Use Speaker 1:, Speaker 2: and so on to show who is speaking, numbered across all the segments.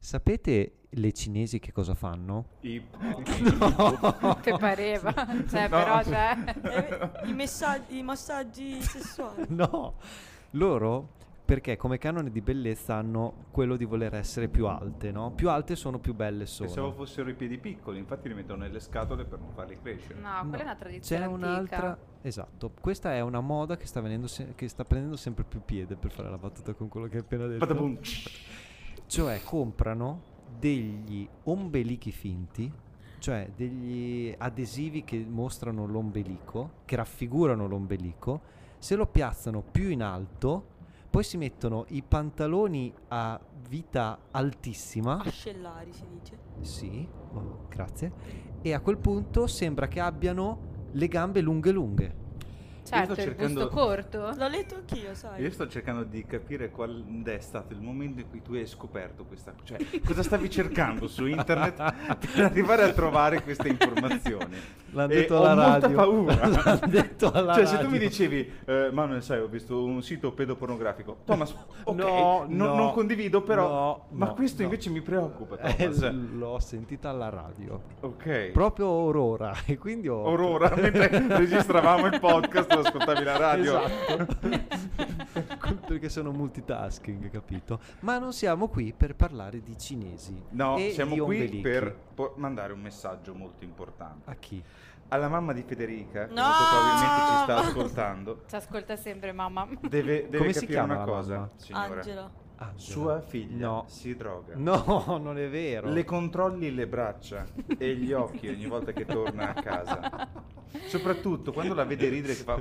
Speaker 1: Sapete le cinesi che cosa fanno?
Speaker 2: I-
Speaker 3: Te pareva, cioè,
Speaker 2: No.
Speaker 3: però cioè,
Speaker 4: Eh, I, messaggi, I massaggi sessuali.
Speaker 1: No, loro perché come canone di bellezza hanno quello di voler essere più alte, no? Più alte sono più belle sono.
Speaker 2: Pensavo fossero i piedi piccoli, infatti li mettono nelle scatole per non farli crescere.
Speaker 3: no,
Speaker 1: No,
Speaker 3: Ah, quella è una
Speaker 1: C'è
Speaker 3: tradizione
Speaker 1: un'altra,
Speaker 3: antica.
Speaker 1: esatto, questa è una moda che sta, venendo se- che sta prendendo sempre più piede per fare la battuta con quello che hai appena detto.
Speaker 2: Padabum.
Speaker 1: Cioè comprano degli ombelichi finti, cioè degli adesivi che mostrano l'ombelico, che raffigurano l'ombelico, se lo piazzano più in alto, poi si mettono i pantaloni a vita altissima.
Speaker 4: Ascellari si dice.
Speaker 1: Sì, oh, grazie. E a quel punto sembra che abbiano le gambe lunghe lunghe.
Speaker 3: Certo,
Speaker 2: sto
Speaker 3: il
Speaker 2: cercando-
Speaker 3: busto corto.
Speaker 4: L'ho letto anch'io, sai.
Speaker 2: Io sto cercando di capire qual è stato il momento in cui tu hai scoperto questa cosa. Cioè, cosa stavi cercando su internet per arrivare a trovare queste informazioni?
Speaker 1: L'hanno
Speaker 2: E
Speaker 1: detto
Speaker 2: ho
Speaker 1: alla
Speaker 2: molta
Speaker 1: radio.
Speaker 2: paura.
Speaker 1: L'hanno detto alla
Speaker 2: cioè, se tu
Speaker 1: radio.
Speaker 2: mi dicevi, eh, Manuel, sai, ho visto un sito pedopornografico. Thomas, ok,
Speaker 1: No,
Speaker 2: non-
Speaker 1: no,
Speaker 2: non condivido, però.
Speaker 1: no,
Speaker 2: ma
Speaker 1: no,
Speaker 2: questo
Speaker 1: no.
Speaker 2: invece mi preoccupa,
Speaker 1: Eh,
Speaker 2: Thomas.
Speaker 1: l'ho sentita alla radio.
Speaker 2: ok.
Speaker 1: Proprio Aurora. E quindi ho...
Speaker 2: Aurora, mentre registravamo il podcast, lo ascoltavi la radio.
Speaker 1: Esatto. Perché sono multitasking, capito? Ma non siamo qui per parlare di cinesi.
Speaker 2: No,
Speaker 1: e
Speaker 2: siamo
Speaker 1: di
Speaker 2: qui
Speaker 1: ombelichi.
Speaker 2: per po- mandare un messaggio molto importante.
Speaker 1: A chi?
Speaker 2: Alla mamma di Federica, che
Speaker 4: No!
Speaker 2: molto probabilmente ci sta ascoltando,
Speaker 3: Ci ascolta sempre mamma.
Speaker 2: deve, deve
Speaker 1: Come si
Speaker 2: capire
Speaker 1: chiama
Speaker 2: una
Speaker 1: la
Speaker 2: cosa,
Speaker 1: mamma?
Speaker 2: signora.
Speaker 4: Angela.
Speaker 1: Angela.
Speaker 2: Sua figlia
Speaker 1: No.
Speaker 2: si droga.
Speaker 1: No, non è vero.
Speaker 2: Le controlli le braccia e gli occhi ogni volta che torna a casa. Soprattutto quando la vede ridere che fa...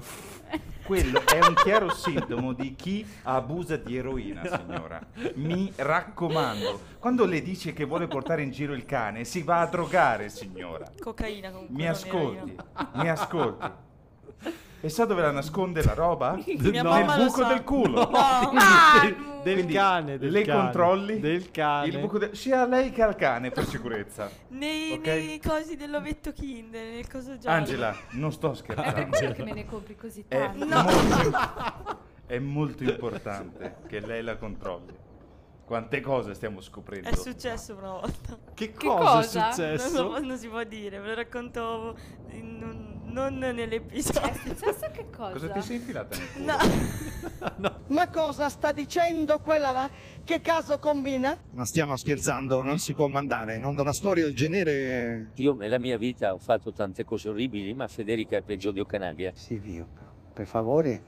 Speaker 2: Quello è un chiaro sintomo di chi abusa di eroina, signora. Mi raccomando. Quando le dice che vuole portare in giro il cane, si va a drogare, signora.
Speaker 4: Cocaina comunque.
Speaker 2: Mi
Speaker 4: non
Speaker 2: ascolti,
Speaker 4: eroina.
Speaker 2: mi ascolti. E sa dove la nasconde la roba?
Speaker 4: Mia
Speaker 1: No.
Speaker 4: mamma
Speaker 2: Nel
Speaker 4: lo
Speaker 2: buco
Speaker 4: sa.
Speaker 2: del culo.
Speaker 4: No.
Speaker 1: del, del
Speaker 2: Quindi
Speaker 1: cane. Del
Speaker 2: le
Speaker 1: cane,
Speaker 2: controlli
Speaker 1: Del cane.
Speaker 2: Il buco del- sia a lei che al cane per sicurezza.
Speaker 4: Nei,
Speaker 2: Ok.
Speaker 4: nei cosi dell'ovetto Kinder, nel coso giallo.
Speaker 2: Angela, non sto
Speaker 3: È per
Speaker 2: scherzando.
Speaker 3: quello che me ne compri così
Speaker 2: È,
Speaker 3: tanto.
Speaker 2: molto, è molto importante che lei la controlli. Quante cose stiamo scoprendo.
Speaker 4: È successo una volta.
Speaker 1: Che
Speaker 3: Che
Speaker 1: cosa, è
Speaker 3: cosa?
Speaker 4: Non,
Speaker 1: successo?
Speaker 4: so, non si può dire, ve lo racconto in un- non
Speaker 3: È
Speaker 4: nell'episodio.
Speaker 3: successo Cioè, che cosa?
Speaker 2: Cosa ti sei infilata nel culo?
Speaker 4: No,
Speaker 5: Ma cosa sta dicendo quella là? Che caso combina?
Speaker 6: Ma stiamo scherzando, non si può mandare, non da una storia del genere.
Speaker 7: Io nella mia vita ho fatto tante cose orribili, ma Federica è peggio di Ocanaglia.
Speaker 8: Silvio, per favore,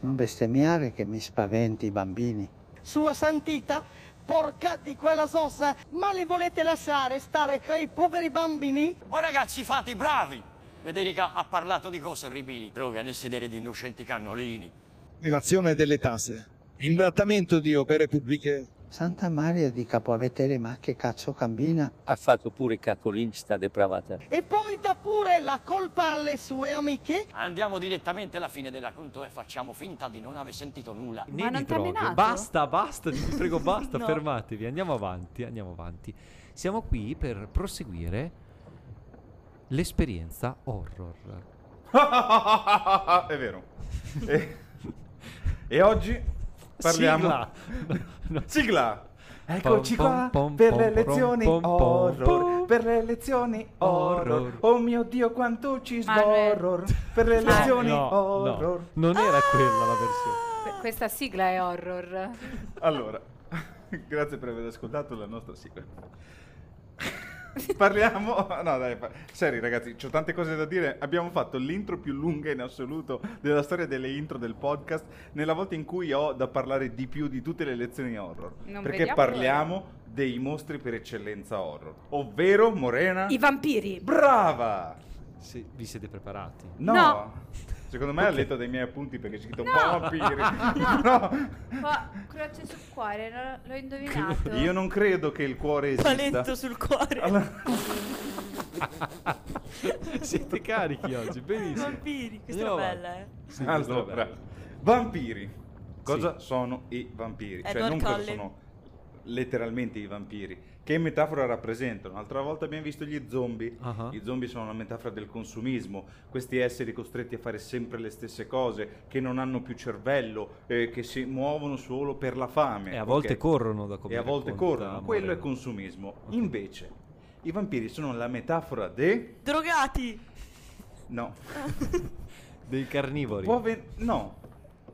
Speaker 8: non bestemmiare che mi spaventi i bambini.
Speaker 5: Sua santità? Porca di quella sossa! Ma li volete lasciare stare quei poveri bambini?
Speaker 9: Oh ragazzi, fate i bravi! Federica ha parlato di cose orribili, droga nel sedere di innocenti cannolini.
Speaker 6: Privazione delle tasse, imbrattamento di opere pubbliche.
Speaker 8: Santa Maria di Capovetere, ma che cazzo cammina?
Speaker 7: Ha fatto pure cacolinista depravata.
Speaker 5: E poi dà pure la colpa alle sue amiche?
Speaker 9: Andiamo direttamente alla fine del racconto e facciamo finta di non aver sentito nulla.
Speaker 1: Né
Speaker 3: Ma
Speaker 1: di
Speaker 3: non t'ha
Speaker 1: droghe.
Speaker 3: menato?
Speaker 1: Basta, basta, ti prego, basta,
Speaker 4: No.
Speaker 1: fermatevi, andiamo avanti, andiamo avanti. Siamo qui per proseguire l'esperienza horror.
Speaker 2: è vero. E, e oggi parliamo...
Speaker 1: Sigla! No,
Speaker 2: Sigla! Eccoci
Speaker 1: Pom,
Speaker 2: qua
Speaker 1: pom, pom,
Speaker 2: per
Speaker 1: pom,
Speaker 2: le lezioni
Speaker 1: pom, pom,
Speaker 2: horror,
Speaker 1: pom.
Speaker 2: per le lezioni horror.
Speaker 1: Horror.
Speaker 2: Oh mio Dio quanto ci
Speaker 3: Manuel.
Speaker 2: sborror, per le
Speaker 3: No,
Speaker 2: lezioni
Speaker 1: no,
Speaker 2: horror.
Speaker 1: no, non era
Speaker 3: Ah!
Speaker 1: quella la versione.
Speaker 3: Que- Questa sigla è horror.
Speaker 2: Allora, grazie per aver ascoltato la nostra sigla. Parliamo, no dai, fa- seri ragazzi, c'ho tante cose da dire. Abbiamo fatto l'intro più lunga in assoluto della storia delle intro del podcast, nella volta in cui ho da parlare di più di tutte le lezioni horror.
Speaker 3: Non
Speaker 2: perché
Speaker 3: vediamo
Speaker 2: parliamo dei mostri per eccellenza horror, ovvero Morena.
Speaker 10: I vampiri.
Speaker 2: Brava!
Speaker 1: Se vi siete preparati?
Speaker 2: No.
Speaker 3: No.
Speaker 2: Secondo me ha letto dei miei appunti perché c'è scritto vampiri. no.
Speaker 3: Ma croce sul cuore, no? l'ho indovinato.
Speaker 2: Io non credo che il cuore esista.
Speaker 4: paletto sul cuore.
Speaker 2: Allora-
Speaker 1: siete carichi oggi, benissimo.
Speaker 4: Vampiri, questa
Speaker 1: Andiamo
Speaker 4: è bella, eh.
Speaker 1: Sì, questo è
Speaker 2: Allora,
Speaker 1: bello.
Speaker 2: vampiri. Cosa sono i vampiri? cioè,
Speaker 4: Edward
Speaker 2: non cosa
Speaker 4: Cullen.
Speaker 2: sono letteralmente i vampiri. Che metafora rappresentano? L'altra volta abbiamo visto gli zombie.
Speaker 1: Ah.
Speaker 2: I zombie sono una metafora del consumismo, questi esseri costretti a fare sempre le stesse cose, che non hanno più cervello, eh, che si muovono solo per la fame.
Speaker 1: E Eh, a volte
Speaker 2: ok?
Speaker 1: corrono da come
Speaker 2: E a volte
Speaker 1: racconta
Speaker 2: corrono, quello è
Speaker 1: Moreno.
Speaker 2: consumismo. Invece, i vampiri sono la metafora de...
Speaker 4: Drogati!
Speaker 2: No.
Speaker 1: Dei carnivori.
Speaker 2: Può ven- no,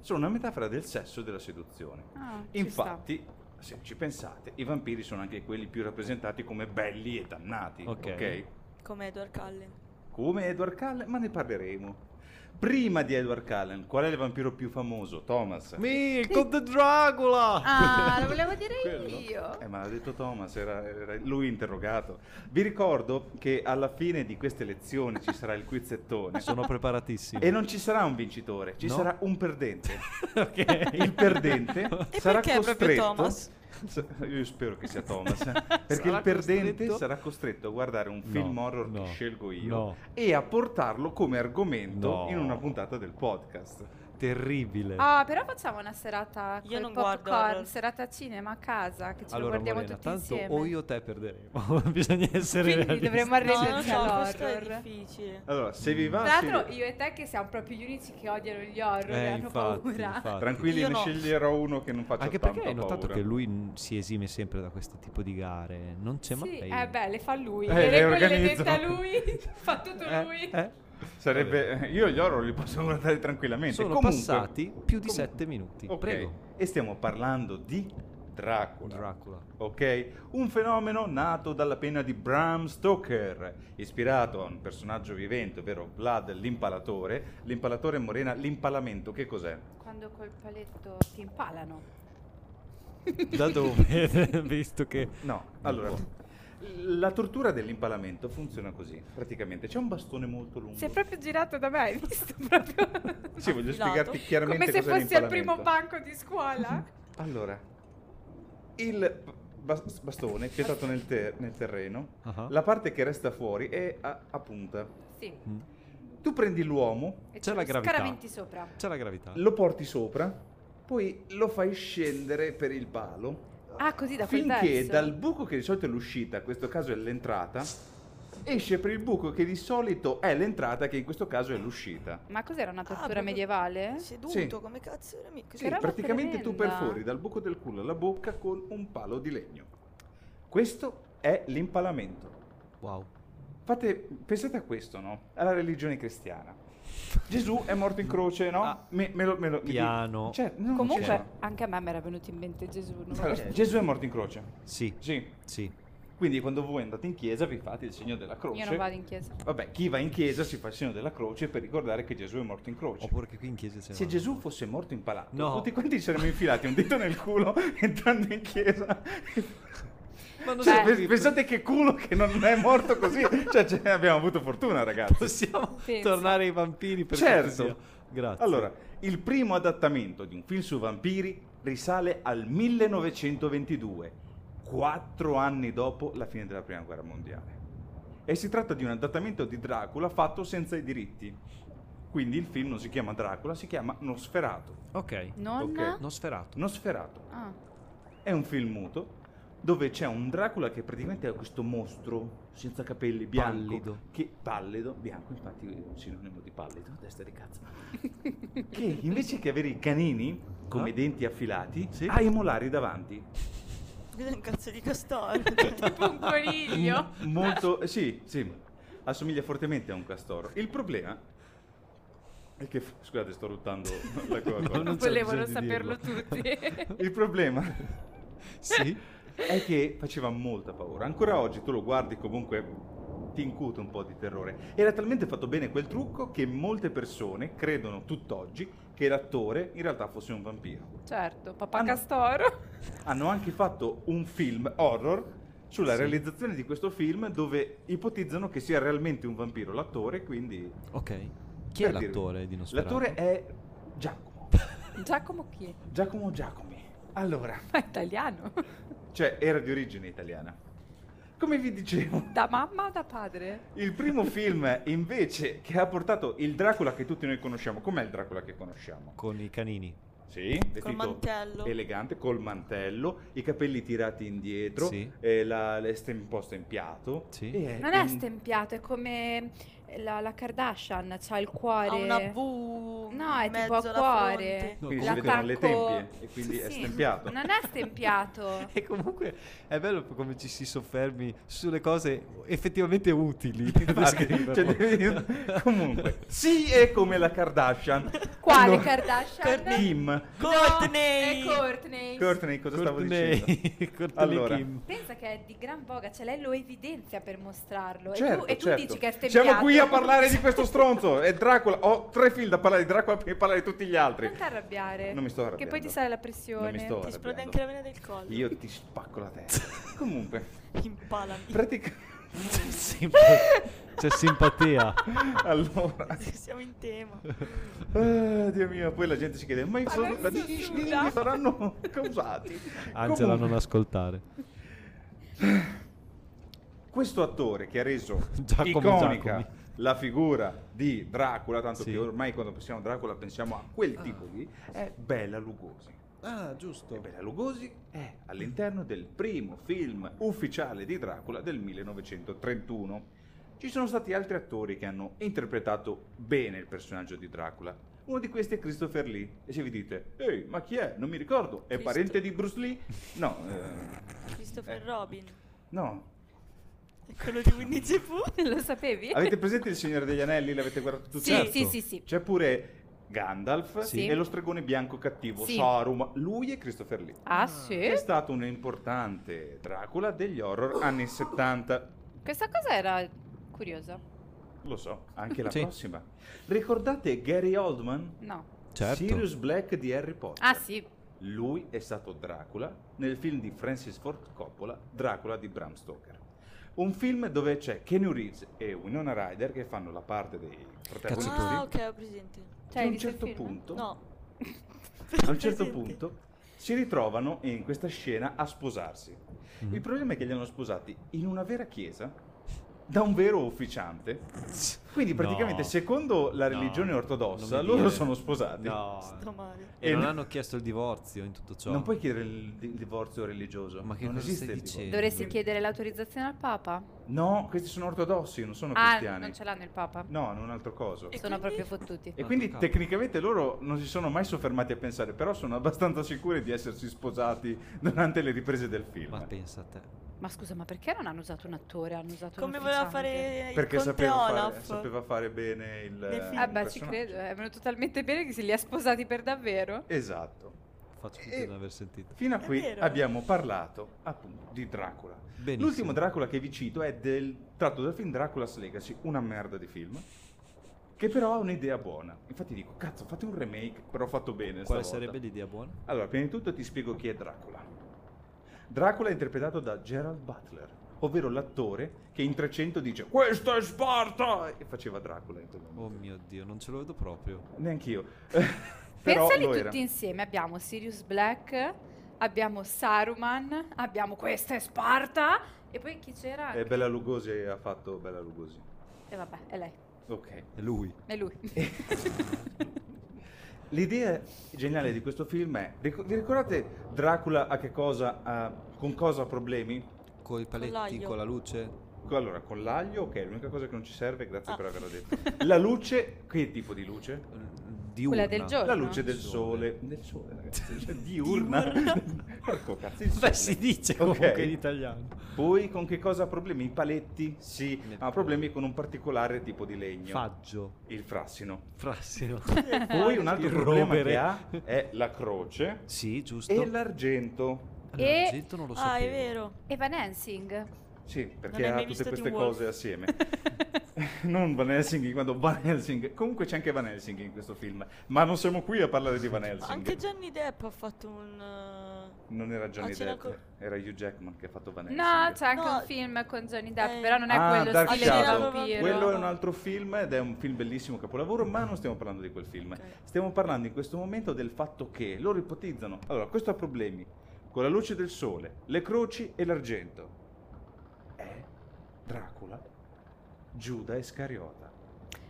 Speaker 2: sono una metafora del sesso e della seduzione.
Speaker 3: Ah, ci
Speaker 2: Infatti, se ci pensate, i vampiri sono anche quelli più rappresentati come belli e dannati,
Speaker 1: Ok.
Speaker 2: ok?
Speaker 4: Come Edward Cullen.
Speaker 2: Come Edward Cullen, ma ne parleremo. Prima di Edward Cullen, qual è il vampiro più famoso? Thomas.
Speaker 1: Milk of the Dracula!
Speaker 3: Ah, lo volevo dire
Speaker 2: Quello?
Speaker 3: io.
Speaker 2: Eh, ma l'ha detto Thomas, era, era lui interrogato. Vi ricordo che alla fine di queste lezioni ci sarà il quizzettone.
Speaker 1: Sono preparatissimo.
Speaker 2: E non ci sarà un vincitore, ci
Speaker 1: No?
Speaker 2: sarà un perdente.
Speaker 1: Ok.
Speaker 2: Il perdente
Speaker 4: E
Speaker 2: sarà
Speaker 4: perché proprio
Speaker 2: costretto.
Speaker 4: Thomas?
Speaker 2: S- Io spero che sia Thomas. eh, Perché
Speaker 1: Sarà
Speaker 2: il perdente
Speaker 1: costretto-
Speaker 2: sarà costretto a guardare un
Speaker 1: No,
Speaker 2: film horror
Speaker 1: no,
Speaker 2: che scelgo io
Speaker 1: no.
Speaker 2: e a portarlo come argomento
Speaker 1: No.
Speaker 2: in una puntata del podcast.
Speaker 1: Terribile.
Speaker 3: Ah, però facciamo una serata
Speaker 4: Io
Speaker 3: col
Speaker 4: non guardo
Speaker 3: popcorn,
Speaker 4: horror.
Speaker 3: serata cinema a casa, che ce lo
Speaker 1: allora,
Speaker 3: guardiamo
Speaker 1: Morena,
Speaker 3: tutti
Speaker 1: tanto
Speaker 3: insieme.
Speaker 1: o io o te perderemo. Bisogna essere
Speaker 3: Quindi
Speaker 1: realisti.
Speaker 3: dovremmo
Speaker 4: No, non lo
Speaker 3: arrenderci
Speaker 4: so, questo è
Speaker 3: all'horror.
Speaker 4: difficile.
Speaker 2: Allora, se
Speaker 1: Mm.
Speaker 2: vi va,
Speaker 3: Tra
Speaker 2: se vi-
Speaker 3: l'altro io e te che siamo proprio gli unici che odiano gli horror e
Speaker 1: Eh,
Speaker 3: hanno
Speaker 1: infatti,
Speaker 3: paura.
Speaker 1: infatti.
Speaker 2: tranquilli,
Speaker 4: Io
Speaker 2: ne
Speaker 4: no.
Speaker 2: sceglierò uno che non faccia
Speaker 1: Anche
Speaker 2: tanta
Speaker 1: perché hai notato
Speaker 2: paura.
Speaker 1: che lui n- si esime sempre da questo tipo di gare. Non c'è
Speaker 3: Sì,
Speaker 1: mai.
Speaker 3: eh beh, le fa lui,
Speaker 2: Eh, le
Speaker 3: le regole le
Speaker 2: organizzo.
Speaker 3: detta lui, fa tutto
Speaker 1: Eh,
Speaker 3: lui.
Speaker 1: eh.
Speaker 2: Sarebbe... Io gli horror li posso guardare tranquillamente.
Speaker 1: Sono
Speaker 2: Comunque-
Speaker 1: passati più di
Speaker 2: comunque-
Speaker 1: sette minuti.
Speaker 2: Ok,
Speaker 1: Prego.
Speaker 2: E stiamo parlando di Dracula.
Speaker 1: Dracula.
Speaker 2: Ok? Un fenomeno nato dalla penna di Bram Stoker, ispirato a un personaggio vivente, ovvero Vlad l'impalatore. L'impalatore Morena, l'impalamento che cos'è?
Speaker 3: Quando col paletto ti impalano.
Speaker 1: Da dove? Visto che.
Speaker 2: No, allora la tortura dell'impalamento funziona così. Praticamente c'è un bastone molto lungo.
Speaker 3: Si è proprio girato da me, hai visto proprio?
Speaker 2: Sì, voglio
Speaker 4: affilato.
Speaker 2: spiegarti chiaramente
Speaker 3: Come se
Speaker 2: cos'è
Speaker 3: fossi al primo
Speaker 2: l'impalamento.
Speaker 3: banco di scuola.
Speaker 2: Allora, il bas- bastone pietato nel, ter- nel terreno,
Speaker 1: Ah.
Speaker 2: la parte che resta fuori è a, a punta.
Speaker 3: Sì.
Speaker 1: Mm.
Speaker 2: Tu prendi l'uomo,
Speaker 3: E
Speaker 1: C'è
Speaker 3: ci
Speaker 1: la gravità.
Speaker 3: Scaraventi sopra.
Speaker 1: C'è la gravità.
Speaker 2: lo porti sopra, poi lo fai scendere per il palo,
Speaker 3: Ah, così da quel
Speaker 2: finché
Speaker 3: verso?
Speaker 2: dal buco che di solito è l'uscita, in questo caso è l'entrata, esce per il buco che di solito è l'entrata, che in questo caso è l'uscita.
Speaker 3: Ma cos'era una
Speaker 4: Ah,
Speaker 3: tortura
Speaker 4: proprio
Speaker 3: medievale?
Speaker 4: Seduto,
Speaker 2: Sì.
Speaker 4: come cazzo era mi-
Speaker 2: Sì,
Speaker 3: Eh? roba
Speaker 2: praticamente tu
Speaker 3: tremenda.
Speaker 2: perfori dal buco del culo alla bocca con un palo di legno. Questo è l'impalamento.
Speaker 1: Wow.
Speaker 2: Fate, pensate a questo, no? Alla religione cristiana. Gesù è morto in croce, no?
Speaker 1: Ah.
Speaker 2: Me, me lo, me lo- mi dico-
Speaker 1: Piano.
Speaker 2: Cioè, no,
Speaker 3: Comunque,
Speaker 2: Gesù-
Speaker 3: anche a me mi era venuto in mente Gesù. non lo so.
Speaker 2: Allora, Gesù è morto in croce.
Speaker 1: Sì.
Speaker 2: Sì.
Speaker 1: Sì.
Speaker 2: Quindi quando voi andate in chiesa vi fate il segno della croce.
Speaker 3: Io non vado in chiesa.
Speaker 2: Vabbè, chi va in chiesa si fa il segno della croce per ricordare che Gesù è morto in croce.
Speaker 1: Oppure che qui in chiesa c'è.
Speaker 2: Se Gesù fosse morto impalato,
Speaker 1: No.
Speaker 2: tutti quanti ci saremmo infilati un dito nel culo entrando in chiesa.
Speaker 1: Ma non
Speaker 2: Cioè,
Speaker 1: è
Speaker 3: Beh.
Speaker 2: pe- pensate che culo che non è morto così. Cioè, ce ne abbiamo avuto fortuna, ragazzi.
Speaker 1: Possiamo
Speaker 3: Pensa.
Speaker 1: tornare ai vampiri per
Speaker 2: Certo.
Speaker 1: cortesia? Grazie.
Speaker 2: Allora, il primo adattamento di un film su vampiri risale al 1922, quattro anni dopo la fine della Prima Guerra Mondiale. E si tratta di un adattamento di Dracula fatto senza i diritti. Quindi il film non si chiama Dracula, si chiama Nosferato.
Speaker 1: Ok.
Speaker 3: Non...
Speaker 2: Ok.
Speaker 1: Non sferato.
Speaker 2: Nosferato
Speaker 3: Ah,
Speaker 2: è un film muto dove c'è un Dracula che praticamente è questo mostro senza capelli, bianco,
Speaker 1: Pallido.
Speaker 2: che pallido, bianco, infatti è un sinonimo di pallido, testa di cazzo. che invece che avere i canini come
Speaker 1: Ah.
Speaker 2: i denti affilati,
Speaker 1: Sì.
Speaker 2: ha i molari davanti.
Speaker 4: Quello è un cazzo di castoro.
Speaker 3: tipo un coniglio.
Speaker 2: Mm. Molto eh, sì, sì. Assomiglia fortemente a un castoro. Il problema è che scusate, sto ruttando la cosa.
Speaker 1: No, non c'è bisogno
Speaker 3: Volevano
Speaker 1: di
Speaker 3: saperlo tutti.
Speaker 2: Il problema
Speaker 1: Sì.
Speaker 2: è che faceva molta paura. Ancora oggi tu lo guardi comunque ti incute un po' di terrore. Era talmente fatto bene quel trucco che molte persone credono tutt'oggi che l'attore in realtà fosse un vampiro.
Speaker 3: certo, papà
Speaker 2: Ah, no.
Speaker 3: Castoro.
Speaker 2: Hanno anche fatto un film horror sulla realizzazione di questo film dove ipotizzano che sia realmente un vampiro l'attore, quindi
Speaker 1: Ok. Chi
Speaker 2: Per
Speaker 1: è
Speaker 2: dire-
Speaker 1: l'attore di Nosferatu?
Speaker 2: L'attore è Giacomo.
Speaker 3: Giacomo chi è?
Speaker 2: Giacomo Giacomi. Allora,
Speaker 3: Ma è italiano.
Speaker 2: cioè era di origine italiana. Come vi dicevo,
Speaker 3: Da mamma o da padre?
Speaker 2: Il primo film invece che ha portato il Dracula che tutti noi conosciamo, com'è il Dracula che conosciamo?
Speaker 1: Con i canini.
Speaker 2: Sì, vestito
Speaker 4: mantello.
Speaker 2: elegante, col mantello, i capelli tirati indietro,
Speaker 1: Sì.
Speaker 2: eh, la- le stem- un po' stempiato.
Speaker 1: Sì.
Speaker 2: e
Speaker 3: Non è
Speaker 2: un-
Speaker 3: stempiato, è come la, la Kardashian, c'ha il cuore.
Speaker 4: Ha una V
Speaker 3: No, è
Speaker 4: in
Speaker 3: tipo
Speaker 4: mezzo
Speaker 3: a
Speaker 4: alla
Speaker 3: cuore.
Speaker 4: fronte.
Speaker 1: No,
Speaker 2: Quindi si
Speaker 1: comunque-
Speaker 2: vedono le
Speaker 3: L'attacco-
Speaker 2: tempie e quindi è
Speaker 3: Sì.
Speaker 2: stempiato.
Speaker 3: Non è stempiato.
Speaker 1: E comunque è bello come ci si soffermi sulle cose effettivamente utili per
Speaker 2: Infatti,
Speaker 1: descriverlo.
Speaker 2: cioè, devi- comunque, sì, è come la Kardashian.
Speaker 3: Quale
Speaker 2: Allora,
Speaker 3: Kardashian?
Speaker 2: Kim.
Speaker 3: No,
Speaker 4: Courtney!
Speaker 3: è Courtney.
Speaker 2: Courtney, cosa stavo
Speaker 1: Courtney-
Speaker 2: dicendo?
Speaker 1: Courtney
Speaker 2: Allora,
Speaker 1: Kim.
Speaker 3: Pensa che è di gran voga, cioè lei lo evidenzia per mostrarlo. e tu,
Speaker 2: Certo,
Speaker 3: e tu
Speaker 2: certo.
Speaker 3: dici che è stempiato.
Speaker 2: Siamo qui a parlare di questo stronzo. È Dracula. Ho tre film da parlare di Dracula prima di parlare di tutti gli altri.
Speaker 3: Non ti arrabbiare.
Speaker 2: Non mi sto
Speaker 3: Che
Speaker 2: arrabbiando.
Speaker 3: poi ti sale la
Speaker 2: Non mi
Speaker 3: pressione.
Speaker 2: sto
Speaker 4: Ti esplode
Speaker 2: arrabbiando.
Speaker 4: anche la vena del collo.
Speaker 2: Io ti spacco la testa. Comunque,
Speaker 4: Impalami.
Speaker 2: praticamente.
Speaker 1: Simpa- C'è simpatia.
Speaker 2: Allora,
Speaker 4: Siamo in tema.
Speaker 2: ah, Dio mio, poi la gente si chiede: Ma i
Speaker 3: Adesso
Speaker 2: radicini
Speaker 3: suda.
Speaker 2: saranno causati?
Speaker 1: Angela,
Speaker 2: Comunque,
Speaker 1: non ascoltare.
Speaker 2: questo attore che ha reso
Speaker 1: Giacomo
Speaker 2: iconica
Speaker 1: Giacomi.
Speaker 2: la figura di Dracula, tanto
Speaker 1: Sì.
Speaker 2: che ormai quando pensiamo a Dracula pensiamo a quel tipo lì, è Bella Lugosi.
Speaker 1: Ah, giusto.
Speaker 2: E Bela Lugosi è all'interno del primo film ufficiale di Dracula del 1931. Ci sono stati altri attori che hanno interpretato bene il personaggio di Dracula. Uno di questi è Christopher Lee. E se vi dite, ehi, ma chi è? Non mi ricordo. È
Speaker 4: Christo-
Speaker 2: parente di Bruce Lee? No, eh,
Speaker 4: Christopher
Speaker 2: Eh.
Speaker 4: Robin.
Speaker 2: no.
Speaker 4: È quello di Winnie the Pooh.
Speaker 3: lo sapevi?
Speaker 2: Avete presente il Signore degli Anelli? L'avete guardato tutti?
Speaker 3: sì,
Speaker 1: certo.
Speaker 3: sì, sì, sì.
Speaker 2: C'è pure Gandalf
Speaker 3: Sì.
Speaker 2: e lo stregone bianco cattivo,
Speaker 3: Sì.
Speaker 2: Sarum. Lui è Christopher Lee.
Speaker 3: Ah, sì?
Speaker 2: È stato un importante Dracula degli horror anni 70.
Speaker 3: Questa cosa era curiosa.
Speaker 2: Lo so, anche la
Speaker 1: Sì.
Speaker 2: prossima. Ricordate Gary Oldman?
Speaker 3: No.
Speaker 1: Certo.
Speaker 2: Sirius Black di Harry Potter.
Speaker 3: Ah, sì.
Speaker 2: Lui è stato Dracula nel film di Francis Ford Coppola, Dracula di Bram Stoker. Un film dove c'è Kenny Reeves e Winona Ryder che fanno la parte dei protagonisti.
Speaker 1: Cazzo
Speaker 4: Ah, ok, ho presente.
Speaker 2: Che
Speaker 3: Cioè,
Speaker 2: a
Speaker 3: hai
Speaker 2: un
Speaker 3: visto il
Speaker 2: certo
Speaker 3: film?
Speaker 2: punto,
Speaker 4: No.
Speaker 2: a un certo
Speaker 4: Presente.
Speaker 2: punto si ritrovano in questa scena a sposarsi.
Speaker 1: Mm-hmm.
Speaker 2: Il problema è che li hanno sposati in una vera chiesa da un vero ufficiante. Quindi praticamente
Speaker 1: No.
Speaker 2: secondo la
Speaker 1: No.
Speaker 2: religione ortodossa
Speaker 1: Non mi
Speaker 2: loro
Speaker 1: dire.
Speaker 2: sono sposati.
Speaker 4: Sto male.
Speaker 1: E
Speaker 2: E
Speaker 1: non
Speaker 2: Ah, no-
Speaker 1: hanno chiesto il divorzio in tutto ciò.
Speaker 2: Non puoi chiedere il, il divorzio religioso.
Speaker 1: Ma che
Speaker 2: non
Speaker 1: cosa
Speaker 2: esiste
Speaker 1: stai
Speaker 2: il divorzio.
Speaker 1: dicendo?
Speaker 3: Dovresti chiedere l'autorizzazione al Papa?
Speaker 2: No, questi sono ortodossi, non sono
Speaker 3: ah,
Speaker 2: cristiani.
Speaker 3: non ce l'hanno il Papa.
Speaker 2: No, hanno un altro coso. E,
Speaker 4: E
Speaker 3: Sono
Speaker 4: quindi?
Speaker 3: proprio fottuti.
Speaker 1: Ah,
Speaker 2: quindi
Speaker 1: cavolo.
Speaker 2: tecnicamente loro non si sono mai soffermati a pensare, però sono abbastanza sicuri di essersi sposati durante le riprese del film.
Speaker 1: Ma pensa a te.
Speaker 3: Ma scusa, ma perché non hanno usato un attore? Hanno usato un
Speaker 4: Come voleva
Speaker 3: ufficiante?
Speaker 4: fare il
Speaker 2: Perché
Speaker 4: conte
Speaker 2: sapeva fare,
Speaker 4: Olaf.
Speaker 2: sapeva fare bene il...
Speaker 4: Nel film.
Speaker 3: Eh
Speaker 2: il
Speaker 3: beh, ci
Speaker 2: personaggio.
Speaker 3: credo. È venuto talmente bene che se li ha sposati per davvero.
Speaker 2: Esatto.
Speaker 1: Faccio
Speaker 2: Eh.
Speaker 1: finta di non aver sentito.
Speaker 2: Fino a
Speaker 4: È
Speaker 2: qui
Speaker 4: vero.
Speaker 2: abbiamo parlato appunto di Dracula.
Speaker 1: Benissimo.
Speaker 2: L'ultimo Dracula che vi cito è del, tratto dal film Dracula's Legacy, una merda di film, che però ha un'idea buona. Infatti dico, cazzo, fate un remake, però fatto bene.
Speaker 1: Quale
Speaker 2: stavolta."
Speaker 1: sarebbe l'idea buona?
Speaker 2: Allora, prima di tutto ti spiego chi è Dracula. Dracula è interpretato da Gerald Butler, ovvero l'attore che in 300 dice «Questa è Sparta!» e faceva Dracula in quel momento.
Speaker 1: Oh mio Dio, non ce lo vedo proprio.
Speaker 2: Neanch'io. però
Speaker 3: Pensali
Speaker 2: lo
Speaker 3: tutti
Speaker 2: era. Eh,
Speaker 3: insieme. Abbiamo Sirius Black, abbiamo Saruman, abbiamo questa è Sparta. E poi chi c'era?
Speaker 2: E Bella Lugosi ha fatto Bella Lugosi.
Speaker 3: E vabbè, è lei.
Speaker 2: Ok.
Speaker 1: È lui.
Speaker 3: È lui.
Speaker 2: L'idea geniale di questo film è, ric- vi ricordate Dracula a che cosa, ha- con cosa ha problemi?
Speaker 1: Con i paletti,
Speaker 4: l'aglio.
Speaker 1: con la luce.
Speaker 2: Allora, con l'aglio, ok, l'unica cosa che non ci serve, grazie
Speaker 4: Ah.
Speaker 2: per averla detto. La luce, che tipo di luce?
Speaker 1: Di
Speaker 3: Quella del giorno.
Speaker 2: La luce del
Speaker 1: Sole.
Speaker 2: sole. Del sole, ragazzi. Cioè, diurna. Porco cazzo, il sole.
Speaker 1: Beh, si dice
Speaker 2: Ok.
Speaker 1: comunque in italiano.
Speaker 2: Poi con che cosa ha problemi? I paletti, sì,
Speaker 1: Nel-
Speaker 2: ha problemi con un particolare tipo di legno.
Speaker 1: Faggio.
Speaker 2: Il frassino.
Speaker 1: Frassino.
Speaker 2: Poi un altro
Speaker 1: Il
Speaker 2: problema
Speaker 1: rovere.
Speaker 2: che ha è la croce
Speaker 1: sì, giusto.
Speaker 2: e l'argento.
Speaker 1: Allora,
Speaker 3: E-
Speaker 1: gente non lo
Speaker 4: Ah, è
Speaker 1: sapevo.
Speaker 4: vero.
Speaker 3: Evan Helsing.
Speaker 2: Sì, perché
Speaker 4: hai
Speaker 2: ha
Speaker 4: mai
Speaker 2: tutte
Speaker 4: visto
Speaker 2: queste
Speaker 4: Teen Wolf?
Speaker 2: cose assieme. non Van Helsing, quando Van Helsing. Comunque c'è anche Van Helsing in questo film, ma non siamo qui a parlare di Van Helsing.
Speaker 4: Anche Johnny Depp ha fatto un... eh,
Speaker 2: Non era Johnny
Speaker 4: Ah, c'era
Speaker 2: Depp,
Speaker 4: co-
Speaker 2: era Hugh Jackman che ha fatto Van Helsing.
Speaker 3: No, c'è anche
Speaker 4: No.
Speaker 3: un film con Johnny Depp,
Speaker 4: Eh.
Speaker 3: però non è
Speaker 2: Ah,
Speaker 3: quello
Speaker 2: Dark
Speaker 3: stile da
Speaker 4: Shadow.
Speaker 3: vampiro.
Speaker 2: Quello è un altro film ed è un film bellissimo capolavoro, ma non stiamo parlando di quel film.
Speaker 4: Ok.
Speaker 2: Stiamo parlando in questo momento del fatto che loro ipotizzano. Allora, questo ha problemi con la luce del sole, le croci e l'argento. È Dracula, Giuda Iscariota.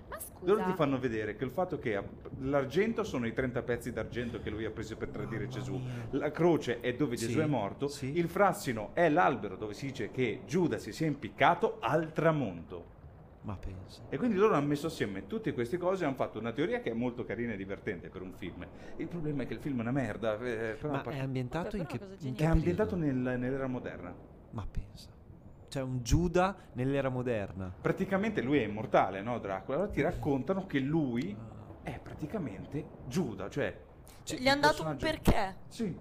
Speaker 3: Ma scusa.
Speaker 2: Loro ti fanno vedere che il fatto che a- l'argento sono i 30 pezzi d'argento che lui ha preso per tradire Gesù, la croce è dove Gesù
Speaker 1: Sì,
Speaker 2: è morto,
Speaker 1: sì.
Speaker 2: il frassino è l'albero dove si dice che Giuda si sia impiccato al tramonto.
Speaker 1: Ma pensa.
Speaker 2: E quindi loro hanno messo assieme tutte queste cose e hanno fatto una teoria che è molto carina e divertente per un film. Il problema è che il film è una merda. eh, però
Speaker 1: Ma
Speaker 2: par-
Speaker 1: è ambientato
Speaker 4: Vabbè,
Speaker 1: in
Speaker 4: però
Speaker 1: che,
Speaker 4: cosa
Speaker 1: in
Speaker 4: geniale.
Speaker 1: che
Speaker 2: è ambientato
Speaker 1: periodo?
Speaker 2: nel- nell'era moderna.
Speaker 1: Ma pensa. Cioè un Giuda nell'era moderna.
Speaker 2: Praticamente lui è immortale, no Dracula? Allora ti raccontano che lui è praticamente Giuda, cioè...
Speaker 4: Gli hanno dato un
Speaker 2: personaggio-
Speaker 4: perché.
Speaker 2: Sì,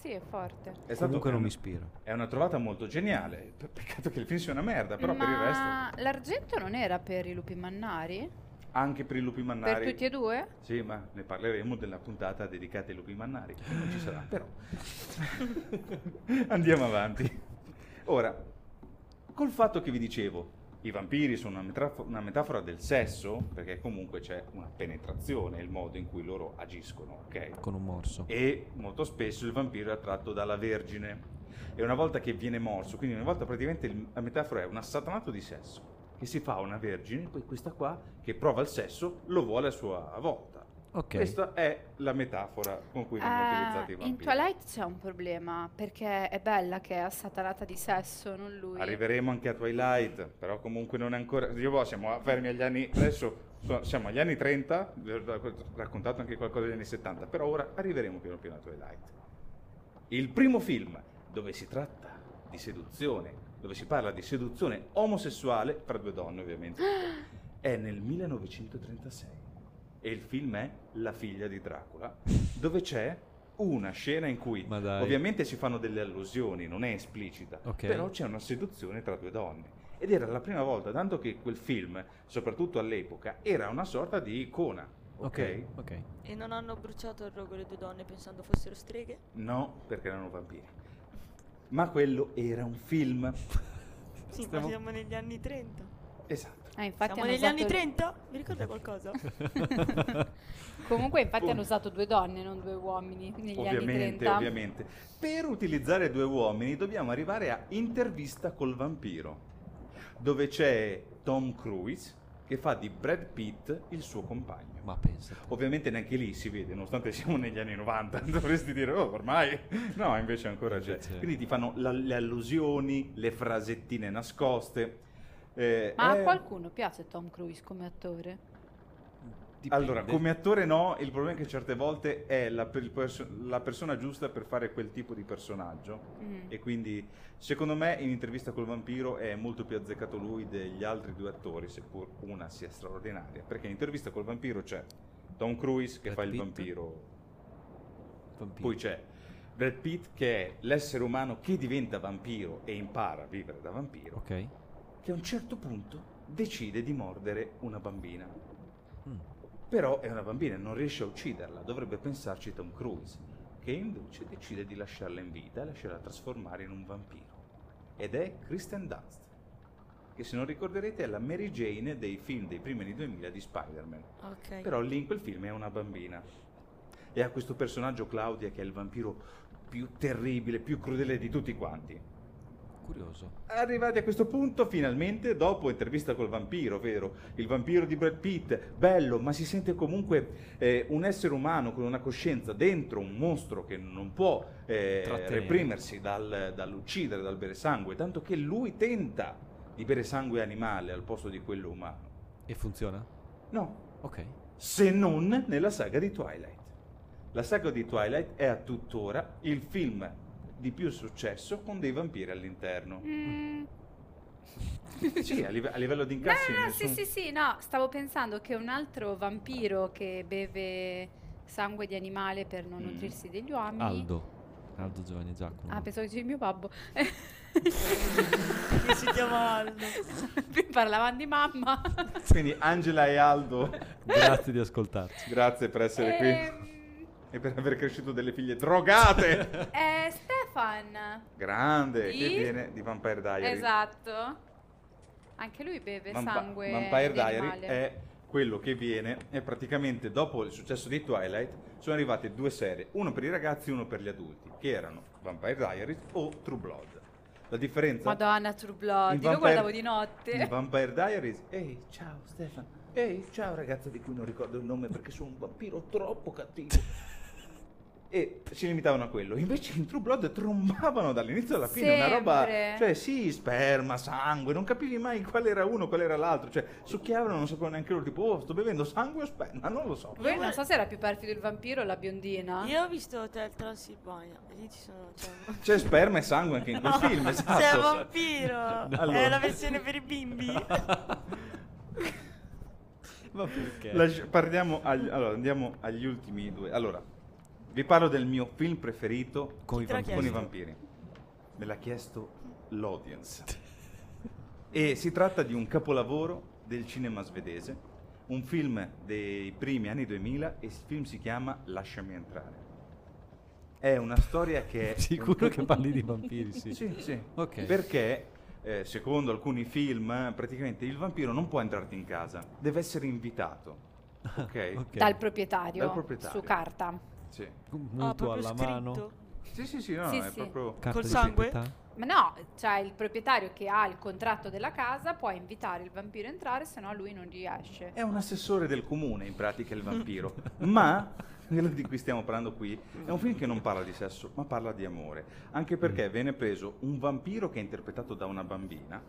Speaker 3: Sì, è forte.
Speaker 2: è stato...
Speaker 1: Comunque non
Speaker 2: è-
Speaker 1: mi ispira.
Speaker 2: È una trovata molto geniale. Pe- Peccato che il film sia una merda, però per il resto.
Speaker 3: Ma l'argento non era per i lupi mannari?
Speaker 2: Anche per i lupi mannari.
Speaker 3: Per tutti e due?
Speaker 2: Sì, ma ne parleremo della puntata dedicata ai lupi mannari. che Non ci sarà, però. Andiamo avanti. Ora, col fatto che vi dicevo, i vampiri sono una, metrafo- una metafora del sesso, perché comunque c'è una penetrazione, il modo in cui loro agiscono, ok?
Speaker 1: Con un morso.
Speaker 2: e molto spesso il vampiro è attratto dalla vergine. E una volta che viene morso, quindi una volta praticamente il- la metafora è un assatanato di sesso, che si fa una vergine, poi questa qua che prova il sesso lo vuole a sua volta.
Speaker 1: Ok.
Speaker 2: Questa è la metafora con cui vengono
Speaker 3: Eh,
Speaker 2: utilizzati i
Speaker 3: in
Speaker 2: vampiri.
Speaker 3: Twilight c'è un problema, perché è Bella che è assatanata di sesso, non lui.
Speaker 2: Arriveremo anche a Twilight, però comunque non è ancora... Dio boh, siamo a- fermi agli anni... Adesso so- siamo agli anni 30, vi ho racco- raccontato anche qualcosa degli anni 70, però ora arriveremo piano piano a Twilight. Il primo film dove si tratta di seduzione, dove si parla di seduzione omosessuale, fra due donne ovviamente, è nel 1936. E il film è La figlia di Dracula, dove c'è una scena in cui
Speaker 1: Ma dai.
Speaker 2: ovviamente si fanno delle allusioni, non è esplicita,
Speaker 1: Ok.
Speaker 2: però c'è una seduzione tra due donne. Ed era la prima volta, tanto che quel film, soprattutto all'epoca, era una sorta di icona. Ok?
Speaker 1: Ok. ok.
Speaker 4: E non hanno bruciato il rogo le due donne pensando fossero streghe?
Speaker 2: No, perché erano vampiri. Ma quello era un film.
Speaker 4: Sì,
Speaker 2: Stiamo-
Speaker 4: ma siamo negli anni 30.
Speaker 2: Esatto.
Speaker 3: Ah, infatti
Speaker 4: siamo
Speaker 3: hanno
Speaker 4: negli
Speaker 3: usato-
Speaker 4: anni 30? Mi ricorda qualcosa?
Speaker 3: Comunque, infatti,
Speaker 2: Boom.
Speaker 3: hanno usato due donne, non due uomini negli anni
Speaker 2: Ovviamente,
Speaker 3: 30.
Speaker 2: ovviamente. Per utilizzare due uomini dobbiamo arrivare a Intervista col vampiro, dove c'è Tom Cruise che fa di Brad Pitt il suo compagno.
Speaker 1: Ma pensa. te.
Speaker 2: Ovviamente neanche lì si vede, nonostante siamo negli anni 90, dovresti dire, oh, ormai... No, invece ancora c'è.
Speaker 1: Sì, sì.
Speaker 2: Quindi ti fanno la- le allusioni, le frasettine nascoste. eh,
Speaker 3: Ma a
Speaker 2: eh,
Speaker 3: qualcuno piace Tom Cruise come attore?
Speaker 1: Dipende.
Speaker 2: Allora, come attore no, il problema è che certe volte è la, per- il perso- la persona giusta per fare quel tipo di personaggio.
Speaker 3: Mm.
Speaker 2: E quindi, secondo me, in intervista col vampiro è molto più azzeccato lui degli altri due attori, seppur una sia straordinaria. Perché in intervista col vampiro c'è Tom Cruise che
Speaker 1: Brad
Speaker 2: fa il
Speaker 1: Pitt.
Speaker 2: vampiro
Speaker 1: Vampiro.
Speaker 2: Poi c'è Brad Pitt che è l'essere umano che diventa vampiro e impara a vivere da vampiro,
Speaker 1: Ok.
Speaker 2: che a un certo punto decide di mordere una bambina.
Speaker 1: Mm.
Speaker 2: Però è una bambina e non riesce a ucciderla, dovrebbe pensarci Tom Cruise, che invece decide di lasciarla in vita e lasciarla trasformare in un vampiro. Ed è Kristen Dunst, che se non ricorderete è la Mary Jane dei film dei primi anni 2000 di Spider-Man.
Speaker 4: Ok.
Speaker 2: Però lì in quel film è una bambina. E ha questo personaggio Claudia che è il vampiro più terribile, più crudele di tutti quanti.
Speaker 1: Curioso.
Speaker 2: Arrivati a questo punto, finalmente, dopo intervista col vampiro, vero? Il vampiro di Brad Pitt, bello, ma si sente comunque eh, un essere umano con una coscienza dentro un mostro che non può eh,
Speaker 1: Trattenere.
Speaker 2: reprimersi dal- dall'uccidere, dal bere sangue, tanto che lui tenta di bere sangue animale al posto di quello umano.
Speaker 1: E funziona?
Speaker 2: No,
Speaker 1: Ok.
Speaker 2: se non nella saga di Twilight. La saga di Twilight è a tuttora il film di più successo con dei vampiri all'interno.
Speaker 3: Mm.
Speaker 2: Sì, a, live- a livello di
Speaker 3: No,
Speaker 2: incassi
Speaker 3: no, no, Ah, sì,
Speaker 2: nessun-
Speaker 3: sì, sì, no, stavo pensando che un altro vampiro che beve sangue di animale per non
Speaker 2: Mm.
Speaker 3: nutrirsi degli uomini.
Speaker 1: Aldo. Aldo Giovanni e Giacomo.
Speaker 3: Ah, pensavo che dicevi mio babbo.
Speaker 4: Che si chiama Aldo.
Speaker 3: Parlavamo di mamma.
Speaker 2: Quindi Angela e Aldo,
Speaker 1: Grazie di ascoltarci.
Speaker 2: grazie per essere qui
Speaker 3: Ehm,
Speaker 2: e per aver cresciuto delle figlie drogate.
Speaker 3: eh, Stefan.
Speaker 2: Grande,
Speaker 3: Di-
Speaker 2: che viene di Vampire Diary.
Speaker 3: Esatto. Anche lui beve
Speaker 2: Vampa-
Speaker 3: sangue
Speaker 2: Vampire
Speaker 3: di
Speaker 2: Diary
Speaker 3: animale.
Speaker 2: è quello che viene e praticamente dopo il successo di Twilight sono arrivate due serie, uno per i ragazzi e uno per gli adulti, che erano Vampire Diaries o True Blood. La differenza?
Speaker 3: Madonna, True Blood.
Speaker 2: In
Speaker 3: Io
Speaker 2: Vampire-
Speaker 3: lo guardavo di
Speaker 2: in
Speaker 3: notte.
Speaker 2: Vampire Diaries. Ehi, ciao Stefano. Ehi, ciao ragazza di cui non ricordo il nome perché sono un vampiro troppo cattivo. e si limitavano a quello. Invece in True Blood trombavano dall'inizio alla fine una roba.
Speaker 3: Sempre.
Speaker 2: Cioè, sì, sperma, sangue, non capivi mai quale era uno, quale era l'altro. Cioè, succhiavano, non sapevano neanche loro. Tipo, oh, sto bevendo sangue o sperma, non lo so.
Speaker 3: Voi non so se era più perfido il vampiro o la biondina.
Speaker 4: Io ho visto Hotel Transilvania. e Lì ci sono. C'è un...
Speaker 2: C'è sperma e sangue anche in quel film, esatto.
Speaker 4: Sei un vampiro!
Speaker 2: Allora.
Speaker 4: È la versione per i bimbi. Ah,
Speaker 10: Ma perché?
Speaker 2: Lasci- parliamo agli- allora, andiamo agli ultimi due. Allora, vi parlo del mio film preferito
Speaker 1: Con i
Speaker 4: te l'ha
Speaker 1: vampiri.
Speaker 2: con i vampiri. Me l'ha chiesto l'audience. e si tratta di un capolavoro del cinema svedese, un film dei primi anni 2000 e il film si chiama Lasciami entrare. È una storia che è
Speaker 1: Sicuro che parli di vampiri, sì.
Speaker 2: sì, sì.
Speaker 1: Ok.
Speaker 2: Perché eh, secondo alcuni film eh, praticamente il vampiro non può entrarti in casa, deve essere invitato. Ok.
Speaker 1: Ok.
Speaker 3: Dal proprietario,
Speaker 2: Dal proprietario.
Speaker 3: su carta.
Speaker 2: Sì.
Speaker 1: Un
Speaker 4: Ah,
Speaker 1: mutuo
Speaker 4: proprio
Speaker 1: alla
Speaker 4: scritto.
Speaker 1: mano.
Speaker 2: Sì, sì, sì, no,
Speaker 3: Sì,
Speaker 2: è
Speaker 3: sì.
Speaker 2: proprio
Speaker 1: Carta di
Speaker 4: sangue?
Speaker 1: proprietà.
Speaker 3: Ma no, cioè il proprietario che ha il contratto della casa può invitare il vampiro a entrare, se no lui non riesce.
Speaker 2: è un assessore del comune in pratica il vampiro, ma quello di cui stiamo parlando qui è un film che non parla di sesso, ma parla di amore, anche
Speaker 1: Mm.
Speaker 2: perché viene preso un vampiro che è interpretato da una bambina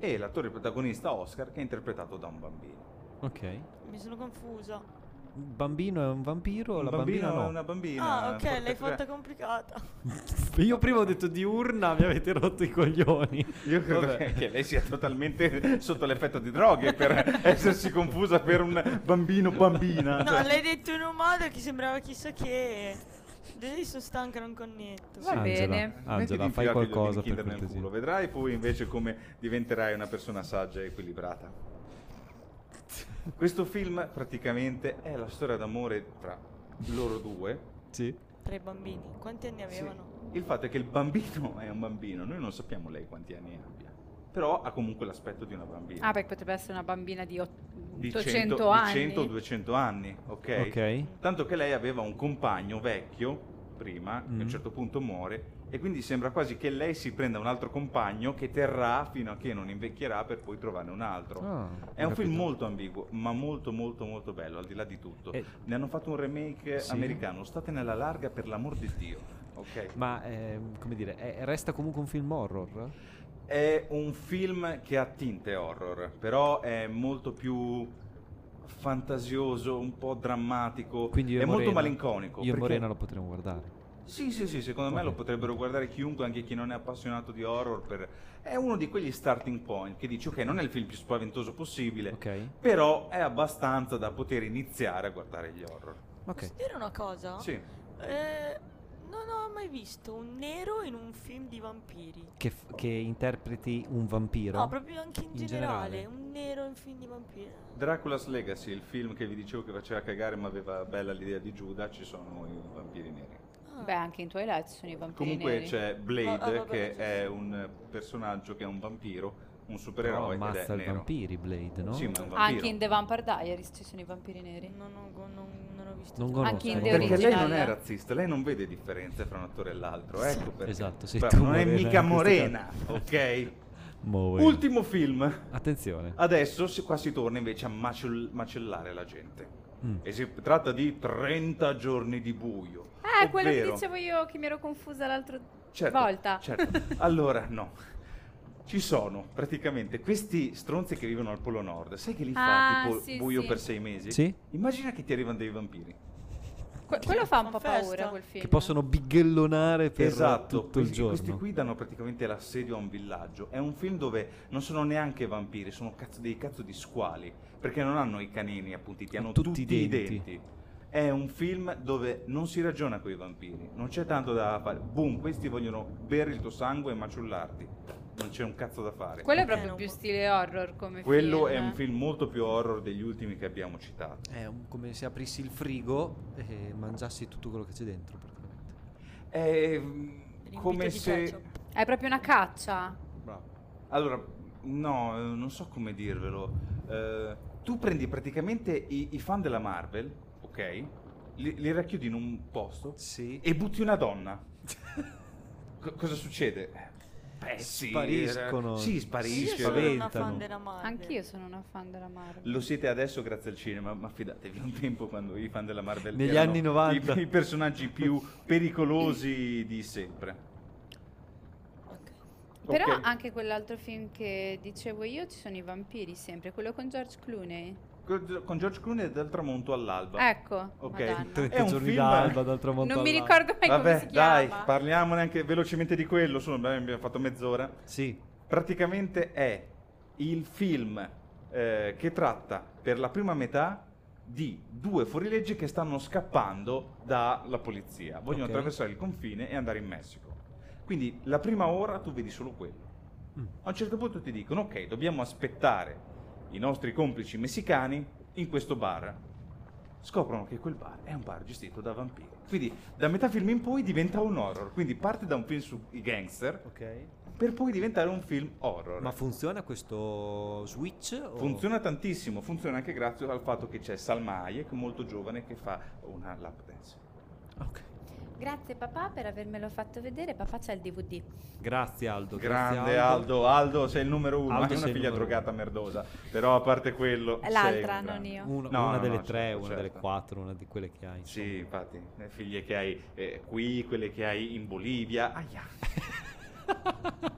Speaker 2: e l'attore protagonista Oscar che è interpretato da un bambino.
Speaker 1: Ok.
Speaker 4: Mi sono confusa.
Speaker 1: Il bambino è un vampiro,
Speaker 2: Un
Speaker 1: Oh, la bambina
Speaker 2: bambino
Speaker 1: no.
Speaker 2: è una bambina.
Speaker 4: Ah, ok, l'hai
Speaker 2: porta-
Speaker 4: fatta complicata.
Speaker 1: Io prima ho detto diurna, mi avete rotto i coglioni.
Speaker 2: Io credo
Speaker 1: Vabbè.
Speaker 2: che, che lei sia totalmente sotto l'effetto di droghe per essersi confusa per un bambino bambina.
Speaker 4: No,
Speaker 2: cioè.
Speaker 4: l'hai detto in un modo che sembrava chissà che. Adesso sono stanca, non connetto.
Speaker 3: Va bene.
Speaker 1: Angela, Angela
Speaker 2: Mettiti
Speaker 1: fai
Speaker 2: infilati i
Speaker 1: qualcosa
Speaker 2: Kinder
Speaker 1: per
Speaker 2: nel
Speaker 1: cortesia.
Speaker 2: culo, vedrai poi invece come diventerai una persona saggia e equilibrata. Questo film praticamente è la storia d'amore tra loro due.
Speaker 1: Sì.
Speaker 4: Tra i bambini. Quanti anni avevano?
Speaker 2: Il fatto è che il bambino è un bambino, noi non sappiamo lei quanti anni abbia, però ha comunque l'aspetto di una bambina.
Speaker 3: Ah, perché potrebbe essere una bambina di ot-
Speaker 2: di
Speaker 3: 800
Speaker 2: 100 di
Speaker 3: anni.
Speaker 2: 100 200 anni, ok?
Speaker 1: Ok.
Speaker 2: Tanto che lei aveva un compagno vecchio prima, che a
Speaker 1: Mm.
Speaker 2: un certo punto muore, e quindi sembra quasi che lei si prenda un altro compagno che terrà fino a che non invecchierà per poi trovarne un altro.
Speaker 1: Ah,
Speaker 2: È un film
Speaker 1: capito.
Speaker 2: molto ambiguo, ma molto molto molto bello, al di là di tutto.
Speaker 1: Eh.
Speaker 2: Ne hanno fatto un remake
Speaker 1: Sì.
Speaker 2: americano, state nella larga per l'amor di Dio, ok?
Speaker 1: Ma ehm, come dire, è- resta comunque un film horror?
Speaker 2: È un film che ha tinte horror, però è molto più fantasioso, un po' drammatico,
Speaker 1: Quindi io
Speaker 2: è
Speaker 1: e
Speaker 2: molto
Speaker 1: Morena-
Speaker 2: malinconico.
Speaker 1: Io e
Speaker 2: Ecco, perché-
Speaker 1: Morena lo potremmo guardare.
Speaker 2: Sì, sì, sì, secondo me
Speaker 1: Ok.
Speaker 2: lo potrebbero guardare chiunque, anche chi non è appassionato di horror. per- È uno di quegli starting point che dici, ok, non è il film più spaventoso possibile,
Speaker 1: Ok.
Speaker 2: però è abbastanza da poter iniziare a guardare gli horror.
Speaker 1: Ok.
Speaker 4: Posso dire una cosa?
Speaker 2: Sì.
Speaker 4: Eh, non ho mai visto un nero in un film di vampiri.
Speaker 1: Che, f- che interpreti un vampiro?
Speaker 4: No, proprio anche in,
Speaker 1: In
Speaker 4: generale,
Speaker 1: generale.
Speaker 4: Un nero in film di vampiri.
Speaker 2: Dracula's Legacy, il film che vi dicevo che faceva cagare ma aveva bella l'idea di Giuda, ci sono i vampiri neri.
Speaker 4: Ah.
Speaker 3: Beh, anche in Twilight ci sono i vampiri
Speaker 2: Comunque
Speaker 3: neri. Oh,
Speaker 2: c'è
Speaker 4: Ah, ah,
Speaker 2: Blade
Speaker 4: vabbè,
Speaker 2: che
Speaker 4: sì,
Speaker 2: è
Speaker 4: sì.
Speaker 2: un personaggio che è un vampiro, un
Speaker 1: Però
Speaker 2: supereroe ed
Speaker 1: Oh, ammazza
Speaker 2: è
Speaker 1: i
Speaker 2: nero.
Speaker 1: vampiri Blade, no?
Speaker 2: Sì, ma è un vampiro.
Speaker 3: Anche in The Vampire Diaries ci sono i vampiri neri. Eh,
Speaker 4: Non, ho, non, non ho visto.
Speaker 1: Non
Speaker 4: tutto.
Speaker 1: conosco.
Speaker 3: Anche in The
Speaker 2: Perché lei non
Speaker 3: Original.
Speaker 2: è razzista, lei non vede differenze fra un attore e l'altro, ecco perché.
Speaker 1: Esatto, sei
Speaker 2: Però
Speaker 1: tu,
Speaker 2: non è
Speaker 1: Morena,
Speaker 2: mica
Speaker 1: in questo
Speaker 2: morena, ok?
Speaker 1: Moe.
Speaker 2: Ultimo film.
Speaker 1: Attenzione.
Speaker 2: Adesso si- qua si torna invece a macell- macellare la gente.
Speaker 1: Mm.
Speaker 2: E si tratta di 30 giorni di buio.
Speaker 3: Eh, quello che
Speaker 2: ovvero-
Speaker 3: dicevo io che mi ero confusa l'altra
Speaker 2: Certo,
Speaker 3: volta.
Speaker 2: certo. Allora, no. Ci sono praticamente questi stronzi che vivono al Polo Nord. Sai che li fa
Speaker 3: Ah,
Speaker 2: tipo
Speaker 3: sì,
Speaker 2: buio
Speaker 3: sì.
Speaker 2: per sei mesi?
Speaker 1: Sì.
Speaker 2: Immagina che ti arrivano dei vampiri.
Speaker 3: Que- quello fa un po'
Speaker 4: Festa.
Speaker 3: paura quel film.
Speaker 1: Che possono bighellonare per
Speaker 2: esatto,
Speaker 1: tutto il
Speaker 2: questi- Questi
Speaker 1: giorno.
Speaker 2: qui danno praticamente l'assedio a un villaggio. È un film dove non sono neanche vampiri, sono cazzo- dei cazzo di squali. Perché non hanno i canini appuntiti, hanno tutti,
Speaker 1: Tutti
Speaker 2: i
Speaker 1: i
Speaker 2: denti.
Speaker 1: denti.
Speaker 2: È un film dove non si ragiona con i vampiri, non c'è tanto da fare. Boom, questi vogliono bere il tuo sangue e maciullarti. Non c'è un cazzo da fare.
Speaker 3: Quello è
Speaker 4: Ok,
Speaker 3: proprio
Speaker 4: non
Speaker 3: più
Speaker 4: può-
Speaker 3: stile horror come
Speaker 2: Quello
Speaker 3: film.
Speaker 2: è un film molto più horror degli ultimi che abbiamo citato.
Speaker 1: È un- come se aprissi il frigo e mangiassi tutto quello che c'è dentro, praticamente.
Speaker 2: È
Speaker 4: Riempito
Speaker 2: Eh, come
Speaker 4: di
Speaker 2: se...
Speaker 4: ketchup.
Speaker 3: È proprio una caccia.
Speaker 2: Allora, no, eh, non so come dirvelo. Eh, tu prendi praticamente i, i fan della Marvel, ok? Li, li racchiudi in un posto
Speaker 1: Sì.
Speaker 2: e butti una donna. Co- cosa succede? Eh, pezzi.
Speaker 1: Spariscono.
Speaker 2: Sì,
Speaker 4: Io
Speaker 2: spariscono.
Speaker 4: sono una fan
Speaker 1: Spaventano.
Speaker 4: della Marvel.
Speaker 3: Anch'io sono una fan della Marvel.
Speaker 2: Lo siete adesso grazie al cinema, ma fidatevi, un tempo quando i fan della Marvel
Speaker 1: Negli
Speaker 2: erano
Speaker 1: anni 90.
Speaker 2: i, i personaggi più pericolosi di sempre.
Speaker 3: Però
Speaker 2: Ok.
Speaker 3: anche quell'altro film che dicevo io ci sono i vampiri sempre, quello con George Clooney.
Speaker 2: Con con George Clooney dal tramonto all'alba.
Speaker 3: Ecco,
Speaker 2: Ok.
Speaker 3: Madonna.
Speaker 1: 30
Speaker 2: È un
Speaker 1: giorni
Speaker 2: film-
Speaker 1: d'alba dal tramonto
Speaker 3: Non mi
Speaker 1: all'alba.
Speaker 3: ricordo mai come
Speaker 2: Vabbè,
Speaker 3: si
Speaker 2: dai,
Speaker 3: chiama.
Speaker 2: parliamone anche velocemente di quello, solo beh, abbiamo fatto mezz'ora.
Speaker 1: Sì,
Speaker 2: Praticamente è il film eh, che tratta per la prima metà di due fuorilegge che stanno scappando dalla polizia. Vogliono
Speaker 1: Ok.
Speaker 2: attraversare il confine e andare in Messico. Quindi la prima ora tu vedi solo quello.
Speaker 1: Mm.
Speaker 2: A un certo punto ti dicono ok, dobbiamo aspettare i nostri complici messicani in questo bar. Scoprono che quel bar è un bar gestito da vampiri. Quindi da metà film in poi diventa un horror. Quindi parte da un film sui gangster
Speaker 1: ok.
Speaker 2: per poi diventare un film horror.
Speaker 1: Ma funziona questo switch? o-
Speaker 2: funziona tantissimo, funziona anche grazie al fatto che c'è Salma Hayek, molto giovane, che fa una lap dance.
Speaker 1: Ok.
Speaker 3: Grazie papà per avermelo fatto vedere, papà c'ha il DVD.
Speaker 1: Grazie Aldo. grazie
Speaker 2: Grande Aldo. Aldo, sei il numero uno, eh,
Speaker 1: Aldo
Speaker 2: hai una
Speaker 1: sei il
Speaker 2: figlia
Speaker 1: numero
Speaker 2: drogata merdosa, però a parte quello...
Speaker 3: È
Speaker 2: sei
Speaker 3: l'altra,
Speaker 2: un grande.
Speaker 3: non io.
Speaker 1: Uno-
Speaker 2: No,
Speaker 1: una
Speaker 2: no,
Speaker 1: delle
Speaker 2: no,
Speaker 1: tre,
Speaker 2: certo,
Speaker 1: una delle
Speaker 2: certo.
Speaker 1: quattro, una di quelle che hai. insomma.
Speaker 2: Sì, infatti, le figlie che hai eh, qui, quelle che hai in Bolivia. Aia.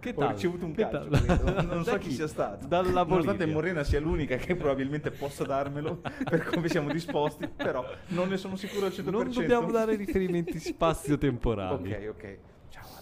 Speaker 1: Che
Speaker 2: Ho
Speaker 1: tal?
Speaker 2: ricevuto un
Speaker 1: Che
Speaker 2: calcio,
Speaker 1: tal?
Speaker 2: credo. non
Speaker 1: Da
Speaker 2: so chi? sia stato.
Speaker 1: Dalla
Speaker 2: Nonostante
Speaker 1: Bolivia.
Speaker 2: Morena sia l'unica che probabilmente possa darmelo per come siamo disposti, però non ne sono sicuro al 100%.
Speaker 1: Non dobbiamo dare riferimenti spazio-temporali.
Speaker 2: Ok, ok. Ciao